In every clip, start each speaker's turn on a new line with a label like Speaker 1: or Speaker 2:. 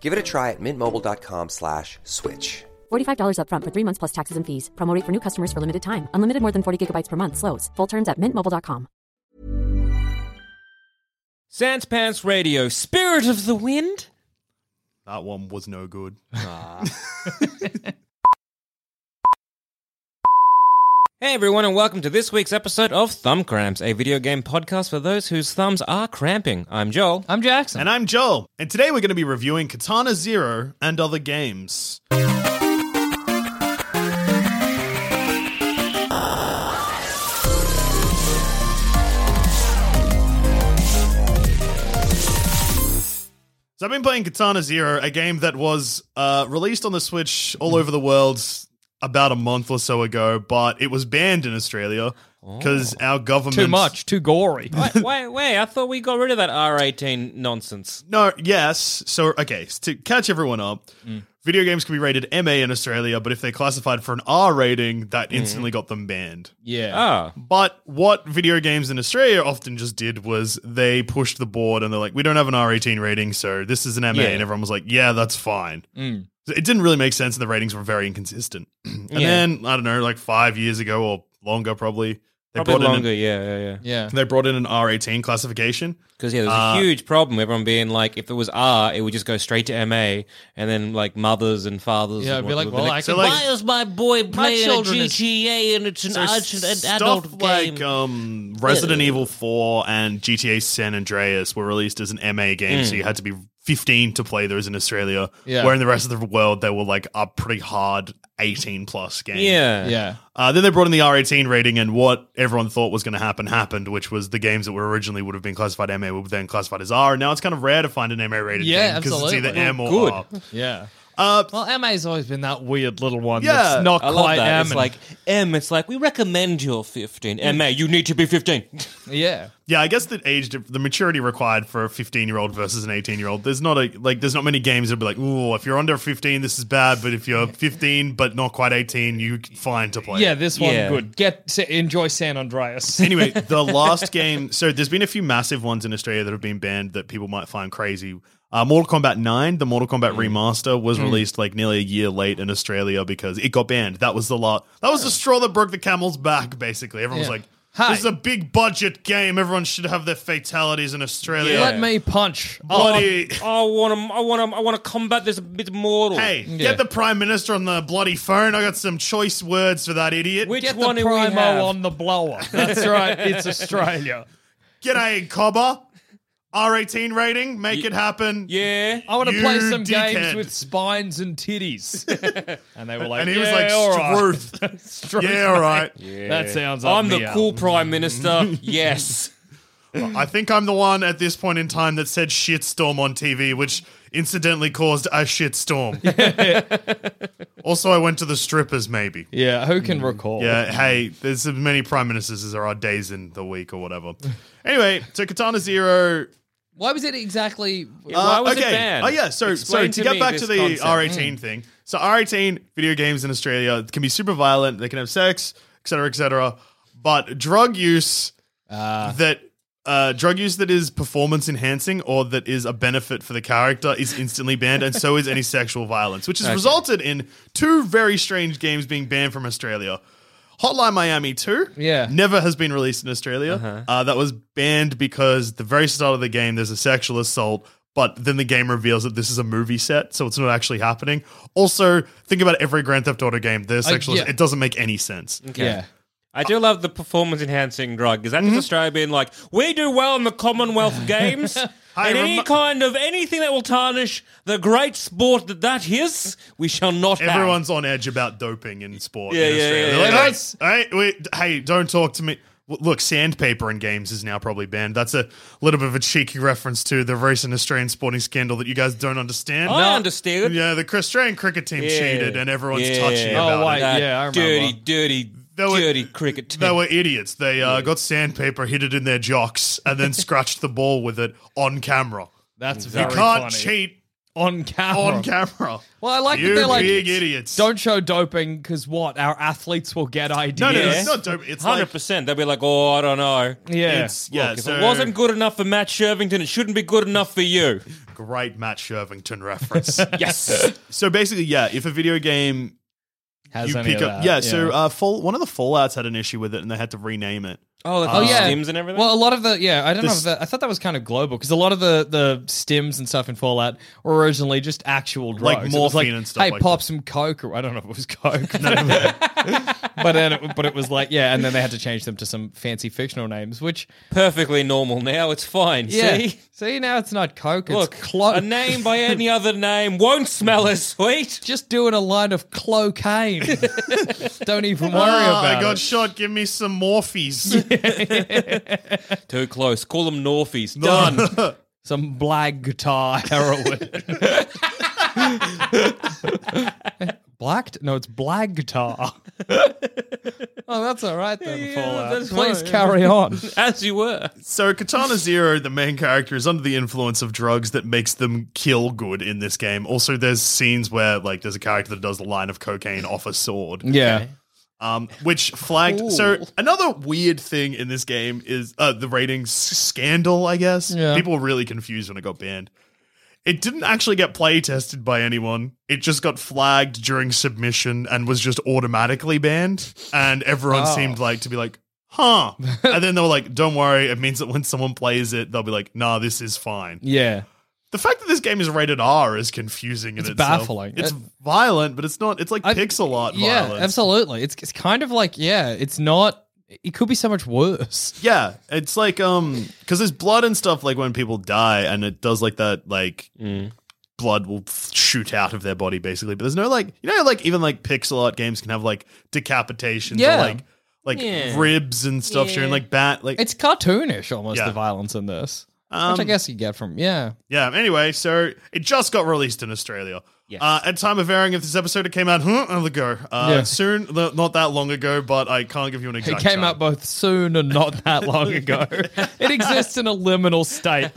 Speaker 1: Give it a try at mintmobile.com slash switch.
Speaker 2: $45 upfront for three months plus taxes and fees. Promo rate for new customers for limited time. Unlimited more than 40 gigabytes per month. Slows. Full terms at mintmobile.com.
Speaker 3: Sans Pants Radio, Spirit of the Wind.
Speaker 4: That one was no good.
Speaker 3: Hey everyone, and welcome to this week's episode of Thumb Cramps, a video game podcast for those whose thumbs are cramping. I'm Joel.
Speaker 5: I'm Jackson.
Speaker 4: And I'm Joel, and today we're going to be reviewing Katana Zero and other games. So I've been playing Katana Zero, a game that was uh, released on the Switch all over the world about a month or so ago, but it was banned in Australia because our government
Speaker 5: Oh. too much, too gory.
Speaker 3: wait, wait, wait, I thought we got rid of that R18 nonsense.
Speaker 4: No, yes. So, okay, s- to catch everyone up,
Speaker 3: Mm.
Speaker 4: video games can be rated MA in Australia, but if they're classified for an R rating, that
Speaker 3: Mm-hmm.
Speaker 4: instantly got them banned.
Speaker 5: Yeah.
Speaker 3: Ah,
Speaker 4: But what video games in Australia often just did was they pushed the board and they're like, we don't have an R18 rating, so this is an MA.
Speaker 3: Yeah. Mm.
Speaker 4: And everyone was like, yeah, that's fine. So It didn't really make sense, and the ratings were very inconsistent. and
Speaker 3: Yeah.
Speaker 4: then, I don't know, like five years ago or longer, probably. They
Speaker 3: probably
Speaker 4: brought
Speaker 3: longer,
Speaker 4: In
Speaker 3: yeah, yeah, yeah.
Speaker 5: yeah.
Speaker 4: an, they brought in an R18 classification.
Speaker 3: Because, yeah, there was
Speaker 4: Uh,
Speaker 3: a huge problem, everyone being like, if it was R, it would just go straight to MA, and then, like, mothers and fathers.
Speaker 5: Yeah,
Speaker 3: would
Speaker 5: be
Speaker 3: want-
Speaker 5: like,
Speaker 3: would
Speaker 5: well, I
Speaker 3: like,
Speaker 5: can
Speaker 4: So, like-
Speaker 5: buy
Speaker 6: Why is my boy playing a
Speaker 5: children is-
Speaker 6: GTA and it's an,
Speaker 4: So
Speaker 6: it's an
Speaker 4: stuff
Speaker 6: adult game?
Speaker 4: like um, Resident Evil 4 and GTA San Andreas were released as an MA game, so you had to be 15 to play those in Australia.
Speaker 5: Yeah.
Speaker 4: Where in the rest of the world, they were like a pretty hard 18 plus game.
Speaker 3: yeah.
Speaker 5: yeah.
Speaker 4: Uh, then they brought in the R18 rating, and what everyone thought was going to happen happened, which was the games that were originally would have been classified MA were then classified as R. Now it's kind of rare to find an MA rated
Speaker 5: Yeah,
Speaker 4: game because it's
Speaker 5: absolutely.
Speaker 4: either M or
Speaker 3: Good.
Speaker 4: R.
Speaker 5: Yeah.
Speaker 4: Uh,
Speaker 5: Well, MA's always been that weird little one.
Speaker 4: Yeah.
Speaker 5: that's not
Speaker 3: I love
Speaker 5: quite
Speaker 3: that.
Speaker 5: M.
Speaker 3: It's
Speaker 5: and-
Speaker 3: like, M, it's like, we recommend you're 15. MA, you need to be 15.
Speaker 5: yeah,
Speaker 4: Yeah, I guess the age, dif- the maturity required for a fifteen-year-old versus an eighteen-year-old. There's not a like. There's not many games that'll be like, "Ooh, if you're under fifteen, this is bad," but if you're fifteen but not quite eighteen, you c- fine to play.
Speaker 5: yeah. This one
Speaker 3: Yeah.
Speaker 5: good. Get sa- enjoy San Andreas.
Speaker 4: Anyway, the last game. So there's been a few massive ones in Australia that have been banned that people might find crazy. Uh, Mortal Kombat 9, the Mortal Kombat
Speaker 5: Mm.
Speaker 4: remaster, was released like nearly a year late in Australia because it got banned. That was the lot. That was the straw that broke the camel's back. Basically, everyone was
Speaker 5: Yeah.
Speaker 4: like,
Speaker 5: Hi.
Speaker 4: "This is a big budget game. Everyone should have their fatalities in Australia."
Speaker 3: Yeah.
Speaker 5: Let me punch. Oh,
Speaker 4: Bloody.
Speaker 3: I want to, I want to, I want to combat this a bit mortal.
Speaker 4: Hey,
Speaker 5: Yeah.
Speaker 4: get the prime minister on the bloody phone. I got some choice words for that idiot.
Speaker 3: Which
Speaker 5: Get
Speaker 3: one
Speaker 5: the
Speaker 3: do we have?
Speaker 5: primo on the blower. That's right. It's Australia.
Speaker 4: G'day, Cobber. R18 rating, make it happen.
Speaker 3: Yeah.
Speaker 5: I want to play
Speaker 4: You
Speaker 5: some
Speaker 4: dickhead.
Speaker 5: games with spines and titties. and they were like,
Speaker 4: And he was
Speaker 5: "Yeah,
Speaker 4: like,
Speaker 5: all right."
Speaker 4: Struth. yeah, all right.
Speaker 5: That sounds. up
Speaker 3: I'm
Speaker 5: me
Speaker 3: the
Speaker 5: alley.
Speaker 3: cool prime minister. yes.
Speaker 4: I think I'm the one at this point in time that said shitstorm on TV, which incidentally caused a shitstorm. also, I went to the strippers, maybe.
Speaker 5: Yeah, who can recall?
Speaker 4: Mm, Yeah, hey, there's as many prime ministers as there are days in the week or whatever. Anyway, so Katana Zero
Speaker 5: Why was it exactly?
Speaker 3: Why was it
Speaker 4: Uh, okay.
Speaker 3: banned?
Speaker 4: Oh yeah, so so
Speaker 3: Explain
Speaker 4: to, get
Speaker 3: me
Speaker 4: back
Speaker 3: this
Speaker 4: to the
Speaker 3: concept.
Speaker 4: R18 thing. So R18 video games in Australia can be super violent. They can have sex, etc., etc. But drug use that uh, drug use that is performance enhancing or that is a benefit for the character is instantly banned, and so is any sexual violence, which has resulted in two very strange games being banned from Australia. Hotline Miami 2
Speaker 5: Yeah.
Speaker 4: never has been
Speaker 3: Uh-huh.
Speaker 4: released in Australia. uh that was banned because the very start of the game there's a sexual assault but then the game reveals that this is a movie set, so it's not actually happening. Also, think about every Grand Theft Auto game. There's
Speaker 5: I-
Speaker 4: sexual.
Speaker 5: yeah.
Speaker 4: It doesn't make any sense.
Speaker 5: Yeah.
Speaker 3: I do love the performance enhancing drug. Is that
Speaker 5: Mm-hmm.
Speaker 3: just Australia being like, we do well in the Commonwealth Games?
Speaker 4: I
Speaker 3: and any
Speaker 4: remi-
Speaker 3: kind of anything that will tarnish the great sport that that is, we shall not have."
Speaker 4: Everyone's on edge about doping in sport.
Speaker 3: Yeah,
Speaker 4: in
Speaker 3: yeah,
Speaker 4: Australia.
Speaker 3: yeah,
Speaker 4: They're like,
Speaker 3: yeah.
Speaker 4: "Hey, hey, wait, hey, don't talk to me. W- Look, sandpaper in games is now probably banned. That's a little bit of a cheeky reference to the recent Australian sporting scandal that you guys don't understand.
Speaker 3: I understand.
Speaker 4: Yeah, the Australian cricket team
Speaker 3: Yeah.
Speaker 4: cheated, and everyone's
Speaker 3: Yeah.
Speaker 4: touchy
Speaker 3: Oh,
Speaker 4: about
Speaker 5: wait,
Speaker 4: it.
Speaker 3: That
Speaker 5: Yeah, I remember.
Speaker 3: dirty, dirty,
Speaker 4: They were-
Speaker 3: dirty cricket team.
Speaker 4: They were idiots. They uh, got sandpaper, hid it in their jocks, and then scratched the ball with it on camera.
Speaker 5: That's
Speaker 4: You
Speaker 5: very
Speaker 4: can't
Speaker 5: funny.
Speaker 4: cheat
Speaker 5: on camera.
Speaker 3: Oh.
Speaker 4: on camera.
Speaker 5: Well, I like
Speaker 4: you
Speaker 5: that they're like
Speaker 4: big idiots.
Speaker 5: Don't show doping because what our athletes will get ideas.
Speaker 4: No, no,
Speaker 3: Yeah.
Speaker 4: it's not dope. It's
Speaker 3: Hundred
Speaker 4: like
Speaker 3: percent. They'd be like, "Oh, I don't know.
Speaker 5: Yeah.
Speaker 4: It's, yeah,
Speaker 3: Look, if
Speaker 4: so
Speaker 3: it wasn't good enough for Matt Shervington, it shouldn't be good enough for you."
Speaker 4: great Matt Shervington reference.
Speaker 3: Yes.
Speaker 4: so basically, yeah, if a video game
Speaker 5: Has
Speaker 4: you
Speaker 5: any
Speaker 4: pick
Speaker 5: of
Speaker 4: up,
Speaker 5: that,
Speaker 4: yeah, so uh, fall, one of the Fallout's had an issue with it, and they had to rename it.
Speaker 3: oh, like
Speaker 5: Oh
Speaker 3: the
Speaker 5: yeah,
Speaker 3: stims and everything.
Speaker 5: Well, a lot of the yeah, I don't
Speaker 4: The
Speaker 5: know.
Speaker 4: s-
Speaker 5: If that, I thought that was kind of global because a lot of the the stims and stuff in Fallout were originally just actual drugs,
Speaker 4: Like
Speaker 5: It was
Speaker 4: morphine and stuff
Speaker 5: Hey,
Speaker 4: like
Speaker 5: pop some coke, or I don't know if it was coke, but then it, but it was like yeah, and then they had to change them to some fancy fictional names, which
Speaker 3: perfectly normal now. It's fine.
Speaker 5: yeah,
Speaker 3: See.
Speaker 5: see, now it's not coke,
Speaker 3: Look,
Speaker 5: it's clo-
Speaker 3: a name by any other name won't smell as sweet.
Speaker 5: just doing a line of clocaine. don't even worry
Speaker 4: Ah,
Speaker 5: about
Speaker 4: I got
Speaker 5: it.
Speaker 4: shot. Give me some Morphe's.
Speaker 3: Too close. Call them Norfies. Done.
Speaker 5: some black guitar heroin. Blacked? No, it's black guitar. oh, that's all right then.
Speaker 3: yeah,
Speaker 5: Fallout.
Speaker 3: that's
Speaker 5: Please
Speaker 3: fine.
Speaker 5: carry on.
Speaker 3: As you were.
Speaker 4: So Katana Zero, the main character, is under the influence of drugs that makes them kill good in this game. Also, there's scenes where like there's a character that does a line of cocaine off a sword.
Speaker 5: Yeah,
Speaker 4: Um, which flagged. So another weird thing in this game is uh, the ratings scandal. I guess
Speaker 5: Yeah.
Speaker 4: people were really confused when it got banned. It didn't actually get play tested by anyone. It just got flagged during submission and was just automatically banned. And everyone seemed like to be like, "Huh?" and then they were like, "Don't worry. It means that when someone plays it, they'll be like, nah, this is fine."
Speaker 5: yeah.
Speaker 4: The fact that this game is rated R is confusing. In
Speaker 5: It's
Speaker 4: itself.
Speaker 5: baffling.
Speaker 4: It's
Speaker 5: It-
Speaker 4: violent, but it's not. It's like
Speaker 5: I-
Speaker 4: pixel art.
Speaker 5: yeah,
Speaker 4: violence.
Speaker 5: absolutely. It's it's kind of like yeah, it's not. It could be so much worse.
Speaker 4: Yeah, it's like um, because there's blood and stuff. Like when people die, and it does like that, like blood will f- shoot out of their body basically. But there's no like, you know, like even like pixel art games can have like decapitations
Speaker 5: Yeah.
Speaker 4: or like like ribs and stuff showing like bat. Like
Speaker 5: It's cartoonish almost
Speaker 4: Yeah.
Speaker 5: the violence in this, which I
Speaker 4: Um,
Speaker 5: guess you get from yeah.
Speaker 4: yeah. Anyway, so it just got released in Australia. Yes. Uh, at time of airing of this episode, it came out huh, a little ago. Uh,
Speaker 5: Yeah.
Speaker 4: Soon, l- not that long ago, but I can't give you an
Speaker 5: It
Speaker 4: exact.
Speaker 5: came
Speaker 4: time.
Speaker 5: out both soon and not that long ago. it exists in a liminal state.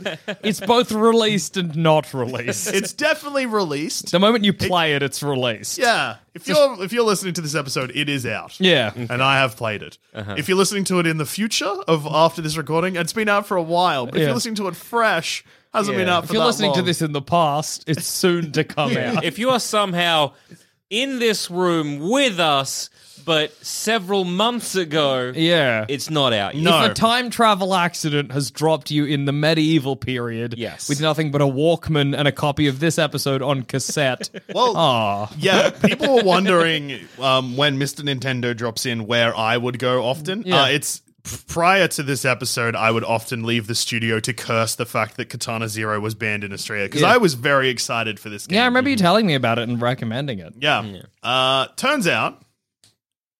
Speaker 5: It's both released and not released.
Speaker 4: It's definitely released.
Speaker 5: The moment you play it, it's released.
Speaker 4: Yeah. If you're if you're listening to this episode, it is out.
Speaker 5: Yeah.
Speaker 4: And I have played it.
Speaker 5: Uh-huh.
Speaker 4: If you're listening to it in the future of after this recording, it's been out for a while. But if
Speaker 5: Yeah.
Speaker 4: you're listening to it fresh, hasn't been out for
Speaker 5: If you're
Speaker 4: that
Speaker 5: listening to
Speaker 4: long.
Speaker 5: this in the past, it's soon to come out.
Speaker 3: If you are somehow in this room with us, but several months ago,
Speaker 5: Yeah.
Speaker 3: it's not out yet.
Speaker 4: No.
Speaker 5: If a time travel accident has dropped you in the medieval period
Speaker 3: Yes.
Speaker 5: with nothing but a Walkman and a copy of this episode on cassette,
Speaker 4: well,
Speaker 5: ah,
Speaker 4: yeah, people were wondering um, when Mr. Nintendo drops in where I would go often.
Speaker 5: Yeah.
Speaker 4: Uh, it's prior to this episode, I would often leave the studio to curse the fact that Katana Zero was banned in Australia because
Speaker 5: Yeah.
Speaker 4: I was very excited for this game.
Speaker 5: yeah, I remember you telling me about it and recommending it.
Speaker 4: Yeah. Uh, turns out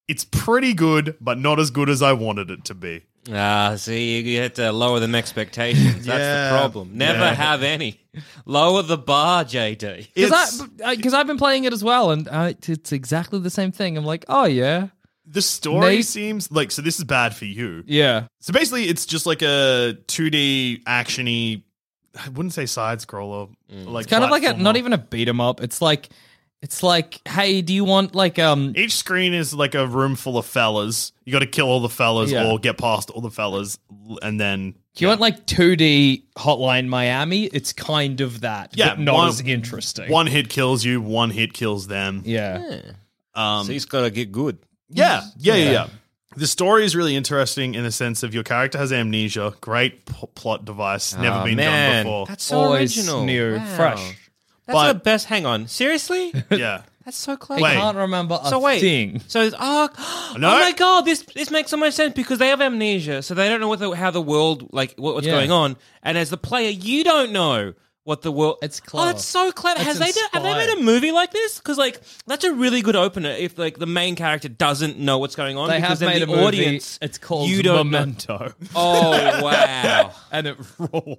Speaker 4: it's pretty good, but not as good as I wanted it to be.
Speaker 3: Ah, see, you have to lower them expectations. That's
Speaker 4: Yeah.
Speaker 3: the problem. Never
Speaker 4: Yeah.
Speaker 3: have any. Lower the bar, JD.
Speaker 4: It's,
Speaker 5: Because uh, I've been playing it as well, and I, it's exactly the same thing. I'm like, oh, yeah.
Speaker 4: the story
Speaker 5: Nate-
Speaker 4: seems like so. This is bad for you.
Speaker 5: Yeah.
Speaker 4: So basically, it's just like a 2D actiony. I wouldn't say side scroller. Like
Speaker 5: It's kind of like a, not
Speaker 4: platformer.
Speaker 5: even a beat 'em up. It's like, it's like, hey, do you want like um?
Speaker 4: Each screen is like a room full of fellas. You got to kill all the fellas
Speaker 5: Yeah.
Speaker 4: or get past all the fellas, and then
Speaker 5: Do you want like two D Hotline Miami? It's kind of that.
Speaker 4: Yeah,
Speaker 5: but not
Speaker 4: one-
Speaker 5: as interesting.
Speaker 4: one hit kills you, one hit kills them.
Speaker 5: yeah.
Speaker 4: Um,
Speaker 3: So he's got to get good.
Speaker 4: yeah, yeah, yeah, yeah. The story is really interesting in the sense of your character has amnesia, great p- plot device, never
Speaker 3: Oh,
Speaker 4: been
Speaker 3: man.
Speaker 4: done before.
Speaker 3: That's so
Speaker 5: Always
Speaker 3: original.
Speaker 5: new,
Speaker 3: Wow.
Speaker 5: fresh.
Speaker 3: That's
Speaker 4: But-
Speaker 3: the best. Hang on. Seriously?
Speaker 4: yeah.
Speaker 3: That's so clever.
Speaker 5: I
Speaker 4: Wait.
Speaker 5: can't remember a
Speaker 3: So wait.
Speaker 5: thing.
Speaker 3: So oh,
Speaker 4: No.
Speaker 3: oh my god, this this makes so much sense because they have amnesia, so they don't know what the, how the world like what, what's
Speaker 5: Yeah.
Speaker 3: going on. And as the player, you don't know what the world.
Speaker 5: It's
Speaker 3: Oh,
Speaker 5: clever.
Speaker 3: it's so clever.
Speaker 5: It's
Speaker 3: Has they done- have they made a
Speaker 5: inspired.
Speaker 3: movie like this? Because like that's a really good opener. If like the main character doesn't know what's going on,
Speaker 5: They
Speaker 3: because
Speaker 5: have
Speaker 3: then
Speaker 5: made
Speaker 3: the
Speaker 5: a movie.
Speaker 3: audience.
Speaker 5: it's called
Speaker 3: you don't know-
Speaker 5: Memento,
Speaker 3: Oh wow.
Speaker 5: and it rolls.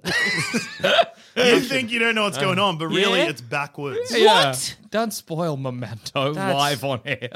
Speaker 4: You think you don't know what's going on, but really
Speaker 3: yeah?
Speaker 4: it's backwards.
Speaker 5: What? Don't spoil Memento live on air.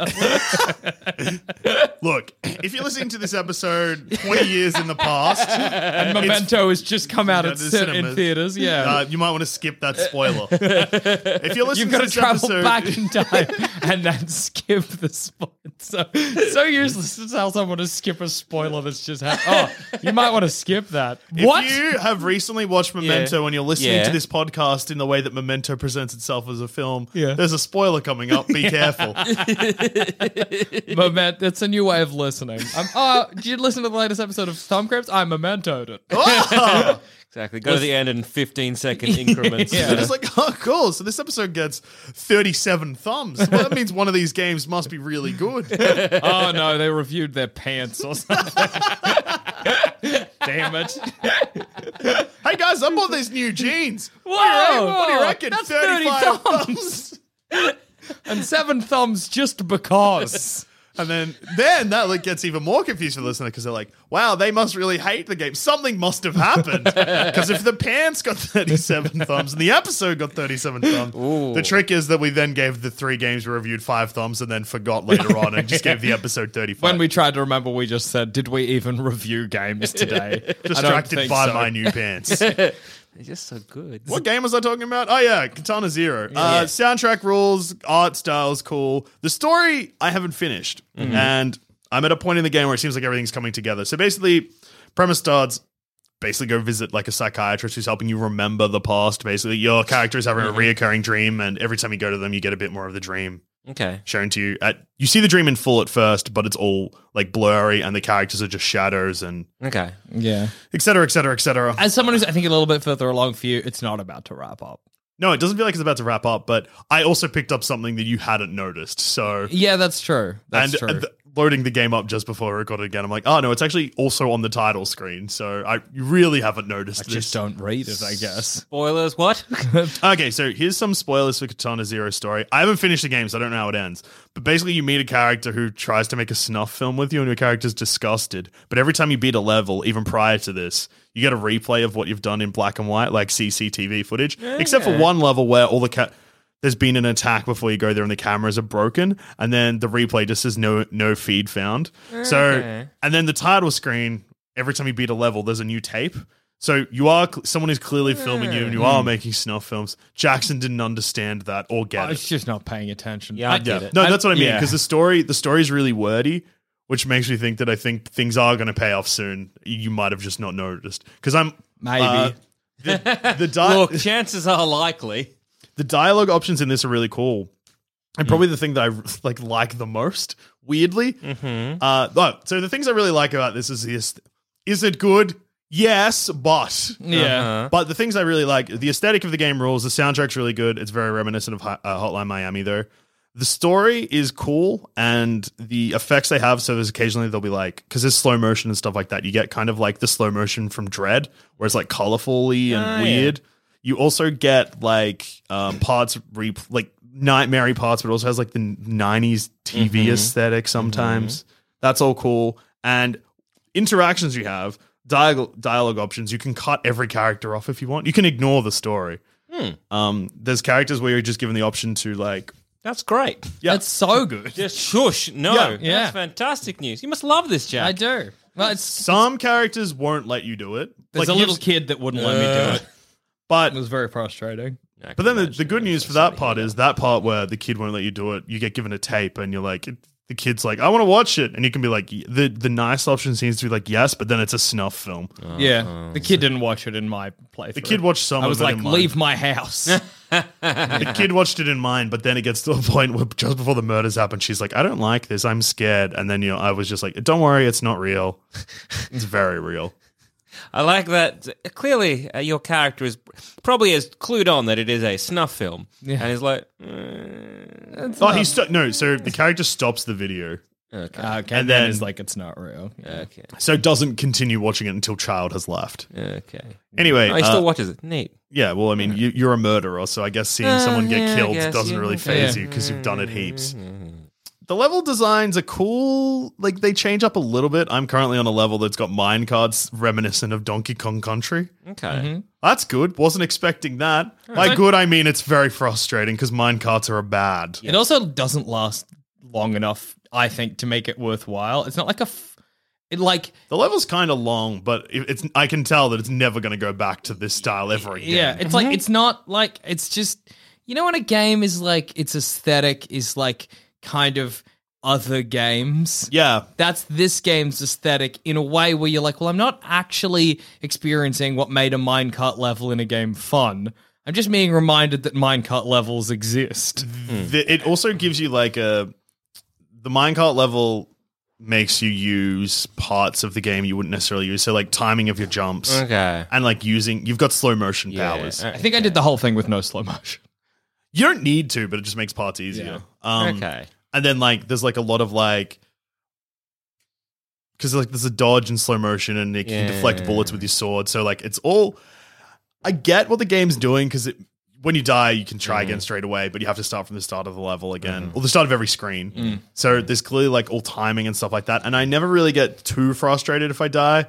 Speaker 4: Look, if you're listening to this episode 20 years in the past,
Speaker 5: and Memento has just come out
Speaker 4: Yeah,
Speaker 5: at
Speaker 4: the
Speaker 5: cin- in
Speaker 4: cinemas.
Speaker 5: theaters. Yeah,
Speaker 4: uh, you might want to skip that spoiler. If you're listening
Speaker 5: You've got to
Speaker 4: this
Speaker 5: travel
Speaker 4: episode,
Speaker 5: back in time and then skip the spot. So, so useless to tell someone to skip a spoiler that's just happened. Oh, you might want to skip that.
Speaker 4: If
Speaker 5: what?
Speaker 4: you have recently watched Memento and you're listening
Speaker 3: Yeah.
Speaker 4: to this podcast in the way that Memento presents itself as a film,
Speaker 5: Yeah.
Speaker 4: there's a spoiler coming up. Be careful.
Speaker 5: Moment, it's a new way of listening. Um, oh, did you listen to the latest episode of Thumbcramps? I mementoed it.
Speaker 4: Oh!
Speaker 3: Exactly. Go to the end in fifteen second increments.
Speaker 4: So it's like, oh, cool. So this episode gets 37 thumbs. Well, that means one of these games must be really good.
Speaker 5: oh no, they reviewed their pants or something. Damn it.
Speaker 4: hey, guys, I bought these new jeans. What
Speaker 5: Whoa,
Speaker 4: do you reckon?
Speaker 5: That's
Speaker 4: 35
Speaker 5: 30 thumbs.
Speaker 4: thumbs.
Speaker 5: And seven thumbs just because.
Speaker 4: And then, then that like, gets even more confused for the listener because they're like, "Wow, they must really hate the game. Something must have happened because if the pants got thirty-seven thumbs and the episode got thirty-seven thumbs, the trick is that we then gave the three games we reviewed five thumbs and then forgot later on and just gave the episode thirty-five.
Speaker 5: When we tried to remember, we just said, "Did we even review games today?" I don't
Speaker 4: distracted
Speaker 5: think
Speaker 4: by
Speaker 5: so.
Speaker 4: my new pants.
Speaker 3: They're just so good.
Speaker 4: What game was I talking about? Oh yeah, Katana Zero. Uh, soundtrack rules, art styles, cool. The story I haven't finished, and I'm at a point in the game where it seems like everything's coming together. So basically, premise starts. Basically, go visit like a psychiatrist who's helping you remember the past. Basically, your character is having a reoccurring dream, and every time you go to them, you get a bit more of the dream
Speaker 3: Okay.
Speaker 4: shown to you. At you see the dream in full at first, but it's all like blurry, and the characters are just shadows and
Speaker 3: Okay.
Speaker 5: Yeah.
Speaker 4: et cetera, et cetera, et cetera.
Speaker 5: As someone who's, I think, a little bit further along for you, it's not about to wrap up.
Speaker 4: No, it doesn't feel like it's about to wrap up, but I also picked up something that you hadn't noticed. So,
Speaker 5: Yeah, that's true. That's
Speaker 4: and
Speaker 5: true.
Speaker 4: uh, th- loading the game up just before I recorded again, I'm like, oh no, it's actually also on the title screen. So I you really haven't noticed
Speaker 5: I
Speaker 4: this.
Speaker 5: just don't read it, I guess.
Speaker 3: Spoilers. What?
Speaker 4: Okay, so here's some spoilers for Katana Zero story. I haven't finished the game, so I don't know how it ends. But basically, you meet a character who tries to make a snuff film with you, and your character's disgusted. But every time you beat a level, even prior to this, you get a replay of what you've done in black and white, like CCTV footage. Except for one level where all the ca- there's been an attack before you go there, and the cameras are broken, and then the replay just says no no feed found. So, and then the title screen every time you beat a level, there's a new tape. So you are cl- someone is clearly filming you, and you are making snuff films. Jackson didn't understand that or
Speaker 5: I
Speaker 4: get
Speaker 5: was
Speaker 4: it.
Speaker 5: just not paying attention.
Speaker 3: Yeah, I get
Speaker 4: Yeah.
Speaker 3: it.
Speaker 4: No, that's what I mean.
Speaker 5: yeah.
Speaker 4: Because the story, the story is really wordy, which makes me think that I think things are going to pay off soon. You might have just not noticed. Because I'm
Speaker 5: Maybe.
Speaker 4: uh, the, the di-
Speaker 3: Look, chances are likely.
Speaker 4: the dialogue options in this are really cool and probably the thing that i like like the most weirdly uh but- so the things i really like about this is this is it good yes but
Speaker 5: Yeah.
Speaker 4: but the things i really like the aesthetic of the game rules the soundtrack's really good it's very reminiscent of Hi- uh, hotline miami though the story is cool and the effects they have so there's occasionally they'll be like because there's slow motion and stuff like that you get kind of like the slow motion from dread where it's like colorfully and weird you also get like um, parts re- like nightmare parts, but also has like the '90s TV
Speaker 5: Mm-hmm.
Speaker 4: aesthetic sometimes. That's all cool. And interactions you have, dialogue, dialogue options. You can cut every character off if you want. You can ignore the story.
Speaker 5: Hmm.
Speaker 4: Um, there's characters where you're just given the option to like.
Speaker 3: That's great.
Speaker 4: Yeah.
Speaker 5: It's so good.
Speaker 3: Just shush. No.
Speaker 4: Yeah.
Speaker 5: Yeah.
Speaker 3: That's fantastic news. You must love this, Jack.
Speaker 5: I do. Well, it's,
Speaker 4: Some characters won't let you Uh. do it.
Speaker 5: there's
Speaker 4: Like,
Speaker 5: a little
Speaker 4: you've-
Speaker 5: kid that wouldn't let me do it.
Speaker 4: but
Speaker 5: It was very frustrating.
Speaker 4: But then the, the good news for that part is that part where the kid won't let you do it, you get given a tape and you're like, it, the kid's like, I want to watch it, and you can be like, y- the the nice option seems to be like yes, but then it's a snuff film.
Speaker 5: Oh. Uh-huh. yeah, the kid didn't watch it in my playthrough. The
Speaker 4: kid watched some
Speaker 5: I
Speaker 4: of
Speaker 5: was
Speaker 4: it
Speaker 5: like,
Speaker 4: in mine.
Speaker 5: leave my house.
Speaker 4: The kid watched it in mine, but then it gets to a point where just before the murders happen, she's like, I don't like this, I'm scared, and then you know, I was just like, don't worry, it's not real, it's very real.
Speaker 3: I like that. Clearly, uh, your character is probably as clued on that it is a snuff film, and he's like, "Uh, "Mm, it's
Speaker 4: Oh, he sto- no. So the character stops the video,
Speaker 5: okay, Uh, and, then,
Speaker 4: then-
Speaker 5: it's like it's not real. Yeah.
Speaker 3: okay,
Speaker 4: so doesn't continue watching it until child has left.
Speaker 3: okay."
Speaker 4: Anyway,
Speaker 3: Oh, he
Speaker 4: uh,
Speaker 3: still watches it. Neat.
Speaker 4: yeah. Well, I mean, you, you're a murderer, so I guess seeing someone get
Speaker 3: Uh, yeah, I
Speaker 4: killed
Speaker 3: guess,
Speaker 4: doesn't
Speaker 3: yeah, Mm-hmm.
Speaker 4: really
Speaker 3: okay.
Speaker 4: phase you because you've done it heaps. The level designs are cool. Like they change up a little bit. I'm currently on a level that's got mine cards reminiscent of Donkey Kong Country.
Speaker 3: Okay.
Speaker 5: Mm-hmm.
Speaker 4: That's good. Wasn't expecting that. By good, I mean it's very frustrating because mine carts are bad.
Speaker 5: It also doesn't last long enough, I think, to make it worthwhile. It's not like a, f- it like
Speaker 4: The level's kind of long, but it- it's I can tell that it's never going to go back to this style ever again.
Speaker 5: Yeah, it's like it's not like it's just you know when a game is like its aesthetic is like kind of other games.
Speaker 4: Yeah.
Speaker 5: That's this game's aesthetic in a way where you're like, well, I'm not actually experiencing what made a minecart level in a game fun. I'm just being reminded that minecart levels exist.
Speaker 4: The, it also gives you like a the minecart level makes you use parts of the game you wouldn't necessarily use. So like timing of your jumps
Speaker 3: Okay.
Speaker 4: and like using you've got slow motion powers.
Speaker 5: I think I did the whole thing with no slow motion.
Speaker 4: You don't need to, but it just makes parts easier. Um,
Speaker 3: okay.
Speaker 4: And then like there's like a lot of like because like there's a dodge in slow motion and you can deflect bullets with your sword. So like it's all I get what the game's doing because it when you die you can try again straight away, but you have to start from the start of the level again or the start of every screen. So there's clearly like all timing and stuff like that. And I never really get too frustrated if I die,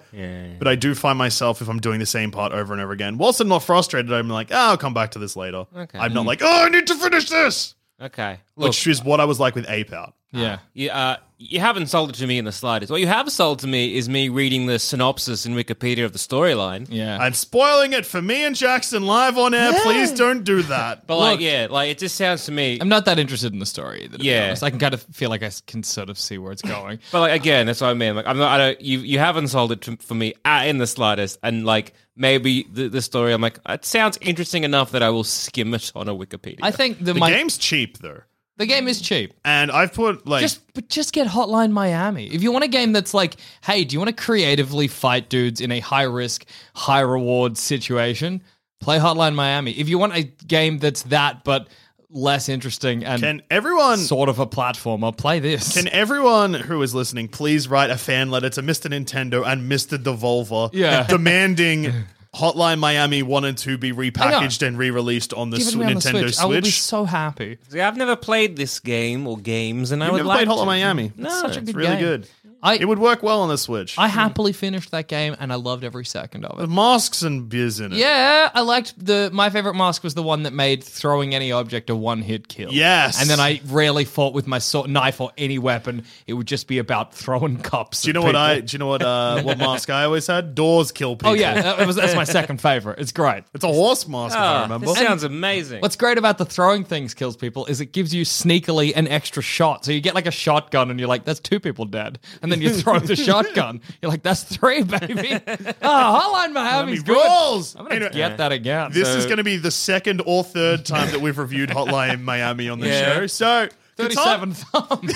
Speaker 4: but I do find myself if I'm doing the same part over and over again. Whilst I'm not frustrated, I'm like, oh, I'll come back to this later. I'm not like, oh, I need to finish this,
Speaker 3: Okay. Look,
Speaker 4: which is what I was like with Ape Out.
Speaker 5: Yeah.
Speaker 3: you, uh, you haven't sold it to me in the slightest. What you have sold to me is me reading the synopsis in Wikipedia of the storyline.
Speaker 5: Yeah.
Speaker 4: I'm spoiling it for me and Jackson live on air. Please don't do that.
Speaker 3: But like, yeah, like it just sounds to me.
Speaker 5: I'm not that interested in the story. Either, to be
Speaker 3: Yeah.
Speaker 5: honest. I can kind of feel like I s- can sort of see where it's going.
Speaker 3: But like again, that's what I mean. Like I'm not. I don't. You you haven't sold it to, for me at, in the slightest. And like maybe the, the story. I'm like it sounds interesting enough that I will skim it on a Wikipedia.
Speaker 5: I think
Speaker 4: the
Speaker 5: the, my,
Speaker 4: game's cheap though,
Speaker 5: the game is cheap.
Speaker 4: and I've put like
Speaker 5: Just but just get Hotline Miami. If you want a game that's like, hey, do you want to creatively fight dudes in a high risk, high reward situation? Play Hotline Miami. If you want a game that's that but less interesting and
Speaker 4: can everyone
Speaker 5: sort of a platformer, play this.
Speaker 4: can everyone who is listening please write a fan letter to Mr. Nintendo and Mr. Devolver,
Speaker 5: Yeah.
Speaker 4: demanding. Hotline Miami One and Two be repackaged and re-released on the
Speaker 5: Give it
Speaker 4: Sw-
Speaker 5: to me on the
Speaker 4: Nintendo Switch.
Speaker 5: I will be so happy.
Speaker 3: See, I've never played this game or games, and I
Speaker 4: You've
Speaker 3: would
Speaker 4: never
Speaker 3: like
Speaker 4: played Hotline
Speaker 3: to.
Speaker 4: Miami.
Speaker 3: No,
Speaker 4: it's
Speaker 3: Such a
Speaker 4: it's
Speaker 5: good
Speaker 4: really
Speaker 5: game.
Speaker 4: good.
Speaker 5: I-
Speaker 4: it would work well on the Switch.
Speaker 5: I happily finished that game and I loved every second of it.
Speaker 4: the masks and beers in it.
Speaker 5: Yeah, I liked the. My favorite mask was the one that made throwing any object a one hit kill.
Speaker 4: Yes.
Speaker 5: and then I rarely fought with my sword, knife or any weapon. It would just be about throwing cups.
Speaker 4: Do you know what I? Do you know what? Uh, what mask I always had? Doors kill people.
Speaker 5: Oh yeah, that was, that's my second favorite. It's great.
Speaker 4: It's a horse mask, if
Speaker 5: Ah,
Speaker 4: I remember.
Speaker 3: Ah, This sounds amazing.
Speaker 5: What's great about the throwing things kills people is it gives you sneakily an extra shot. So you get like a shotgun and you're like, that's two people dead. And then you throw the shotgun. You're like, that's three, baby. Ah, Hotline Miami's good.
Speaker 4: rules.
Speaker 5: I'm going to
Speaker 4: Anyway,
Speaker 5: get that again.
Speaker 4: This
Speaker 5: So-
Speaker 4: is going to be the second or third time that we've reviewed Hotline Miami on the
Speaker 3: Yeah.
Speaker 4: show. So. Katar-
Speaker 5: 37 thumbs.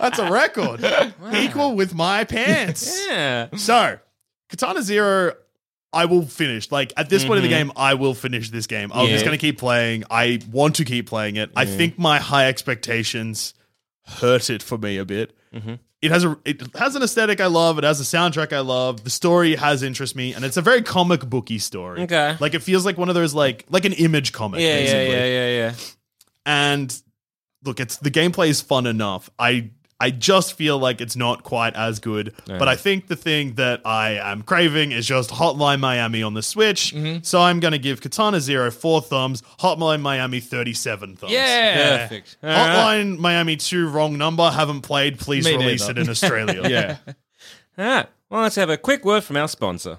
Speaker 4: That's a record. Equal with my pants.
Speaker 3: yeah.
Speaker 4: So, Katana Zero, I will finish. Like, at this point in the game, I will finish this game. I'm just
Speaker 3: Mm-hmm. Yeah.
Speaker 4: going to keep playing. I want to keep playing it. I think my high expectations hurt it for me a bit.
Speaker 3: Mm-hmm.
Speaker 4: It has a it has an aesthetic I love. It has a soundtrack I love. The story has interest me, and it's a very comic booky story.
Speaker 3: Okay.
Speaker 4: like it feels like one of those like like an image comic.
Speaker 3: Yeah, yeah,
Speaker 4: basically.
Speaker 3: yeah, yeah, yeah.
Speaker 4: And look, it's the gameplay is fun enough. I I just feel like it's not quite as good. But I think the thing that I am craving is just Hotline Miami on the Switch.
Speaker 5: Mm-hmm.
Speaker 4: So I'm gonna give Katana Zero four thumbs, Hotline Miami thirty seven thumbs.
Speaker 5: Yeah.
Speaker 3: Perfect. All right.
Speaker 4: Hotline Miami 2, wrong number, haven't played, please
Speaker 5: Me
Speaker 4: release
Speaker 5: neither.
Speaker 4: it in Australia.
Speaker 5: Yeah.
Speaker 3: All right. Well, let's have a quick word from our sponsor.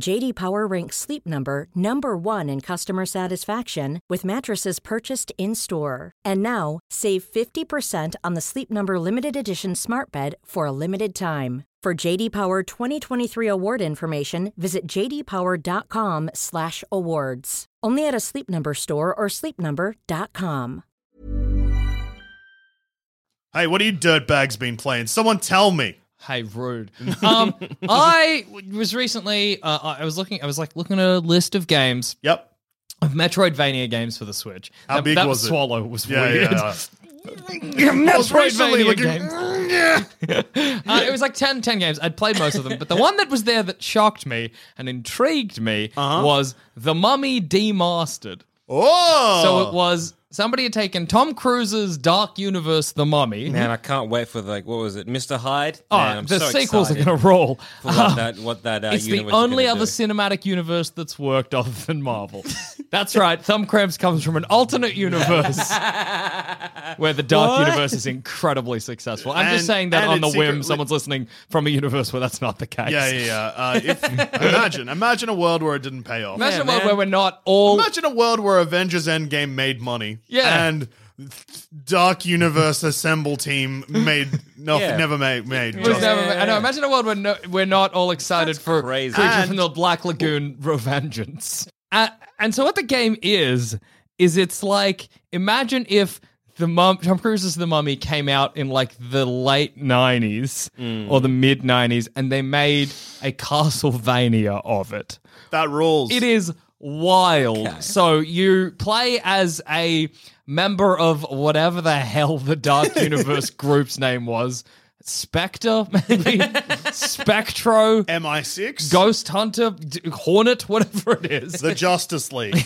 Speaker 7: JD Power ranks Sleep Number number 1 in customer satisfaction with mattresses purchased in-store. And now, save 50% on the Sleep Number limited edition Smart Bed for a limited time. For JD Power 2023 award information, visit jdpower.com/awards. Only at a Sleep Number store or sleepnumber.com.
Speaker 4: Hey, what are you dirtbags been playing? Someone tell me.
Speaker 5: Hey, rude. Um, I was recently. Uh, I was looking. I was like looking at a list of games
Speaker 4: Yep.
Speaker 5: of Metroidvania games for the Switch.
Speaker 4: How
Speaker 5: that,
Speaker 4: big
Speaker 5: that
Speaker 4: was it?
Speaker 5: swallow was
Speaker 4: Yeah,
Speaker 5: weird.
Speaker 4: yeah. I was recently
Speaker 5: Metroidvania
Speaker 4: looking-
Speaker 5: games. Uh, it was like 10, 10 games. I'd played most of them, but the one that was there that shocked me and intrigued me
Speaker 4: Uh-huh.
Speaker 5: was The Mummy Demastered.
Speaker 4: Oh,
Speaker 5: So uh, it was somebody had taken Tom Cruise's Dark Universe, The Mummy.
Speaker 3: Man, I can't wait for like what was it, Mr. Hyde?
Speaker 5: Mm-hmm. Oh,
Speaker 3: Man, I'm
Speaker 5: the
Speaker 3: so
Speaker 5: sequels
Speaker 3: excited
Speaker 5: are going to roll.
Speaker 3: for what that what that uh,
Speaker 5: it's the
Speaker 3: universe is
Speaker 5: only
Speaker 3: gonna
Speaker 5: other
Speaker 3: do.
Speaker 5: cinematic universe that's worked other than Marvel. that's right. Thumb Cramps comes from an alternate universe where the Dark Universe is incredibly successful. I'm
Speaker 4: And-
Speaker 5: just saying that
Speaker 4: and
Speaker 5: on the
Speaker 4: it's
Speaker 5: whim.
Speaker 4: secretly-
Speaker 5: Someone's listening from a universe where that's not the case.
Speaker 4: yeah, yeah, yeah. Uh, if, imagine, imagine a world where it didn't pay off.
Speaker 5: Imagine a world where we're not all.
Speaker 4: Imagine a world where Avengers Endgame made money.
Speaker 5: Yeah.
Speaker 4: And Dark Universe Assemble Team made no, never made made.
Speaker 5: was
Speaker 4: just-
Speaker 5: never- I know. Imagine a world where no, we're not all excited for
Speaker 3: crazy.
Speaker 5: Creature
Speaker 4: And-
Speaker 5: from the Black Lagoon: Revengeance. Uh, and so, what the game is is it's like imagine if the mum Tom Cruise's The Mummy came out in like the late nineties or the mid nineties, and they made a Castlevania of it.
Speaker 4: that rules.
Speaker 5: It is wild. So you play as a member of whatever the hell the Dark Universe group's name was. Spectre, maybe? Spectro,
Speaker 4: MI6,
Speaker 5: Ghost Hunter, D- Hornet, whatever it is.
Speaker 4: the Justice League.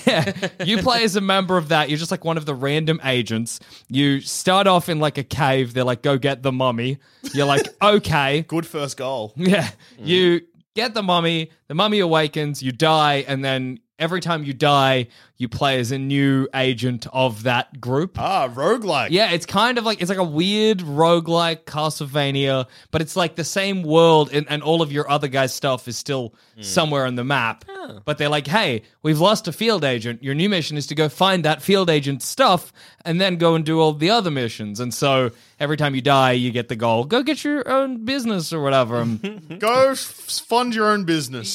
Speaker 5: You play as a member of that. You're just like one of the random agents. You start off in like a cave. They're like, go get the mummy. You're like, okay.
Speaker 4: Good first goal.
Speaker 5: Yeah. You get the mummy, the mummy awakens, you die, and then every time you die, you play as a new agent of that group.
Speaker 4: Ah, roguelike.
Speaker 5: Yeah, it's kind of like it's like a weird roguelike Castlevania, but it's like the same world and, and all of your other guys' stuff is still somewhere on the map. But they're like, hey, we've lost a field agent. Your new mission is to go find that field agent's stuff and then go and do all the other missions. And so every time you die, you get the goal, go get your own business or whatever. And
Speaker 4: Go f- fund your own business.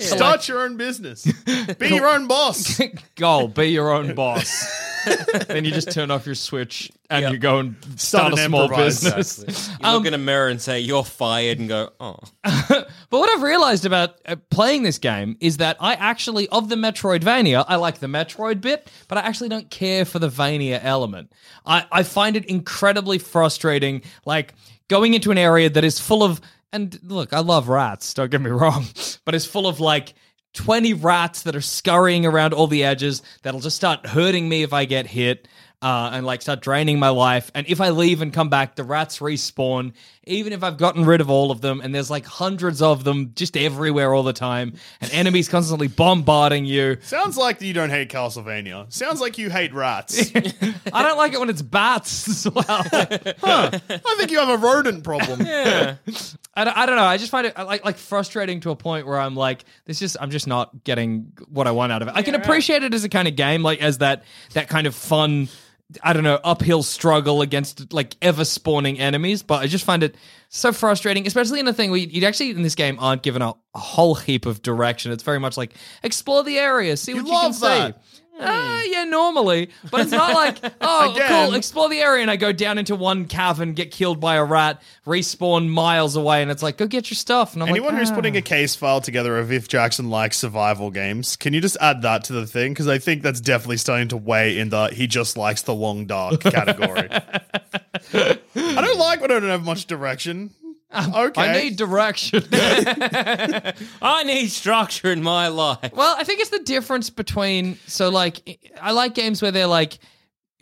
Speaker 4: Start your own business. Be your own boss.
Speaker 5: goal, be your own boss. then you just turn off your switch and you go and start,
Speaker 4: Start
Speaker 5: a
Speaker 4: an
Speaker 5: small
Speaker 4: enterprise.
Speaker 5: business.
Speaker 3: You look in a mirror and say you're fired, and go, oh,
Speaker 5: But what I've realized about uh, playing this game is that I actually, of the Metroidvania, I like the Metroid bit, but I actually don't care for the Vania element. I, I find it incredibly frustrating, like going into an area that is full of, and look, I love rats, don't get me wrong, but it's full of like 20 rats that are scurrying around all the edges that'll just start hurting me if I get hit uh, and like start draining my life. And if I leave and come back, the rats respawn, even if I've gotten rid of all of them. And there's like hundreds of them just everywhere all the time. And enemies constantly bombarding you.
Speaker 4: Sounds like you don't hate Castlevania. Sounds like you hate rats.
Speaker 5: I don't like it when it's bats as well.
Speaker 4: I think you have a rodent problem.
Speaker 5: I don't, I don't know. I just find it like like frustrating to a point where I'm like, this just I'm just not getting what I want out of it. I can appreciate it as a kind of game, like as that that kind of fun I don't know, uphill struggle against like ever spawning enemies, but I just find it so frustrating, especially in a thing where you you actually in this game aren't given a, a whole heap of direction. It's very much like explore the area, see what you can
Speaker 4: love that.
Speaker 5: see. Ah, yeah, normally, but it's not like oh,
Speaker 4: Again.
Speaker 5: cool, explore the area, and I go down into one cavern, get killed by a rat, respawn miles away, and it's like go get your stuff. And I'm
Speaker 4: Anyone
Speaker 5: like,
Speaker 4: who's
Speaker 5: "Ah."
Speaker 4: putting a case file together of if Jackson likes survival games, can you just add that to the thing? Because I think that's definitely starting to weigh in the he just likes the long dark category. I don't like when I don't have much direction. Okay.
Speaker 5: Um, "Ah, I need direction.
Speaker 3: I need structure in my life.
Speaker 5: Well, I think it's the difference between so like I like games where they're like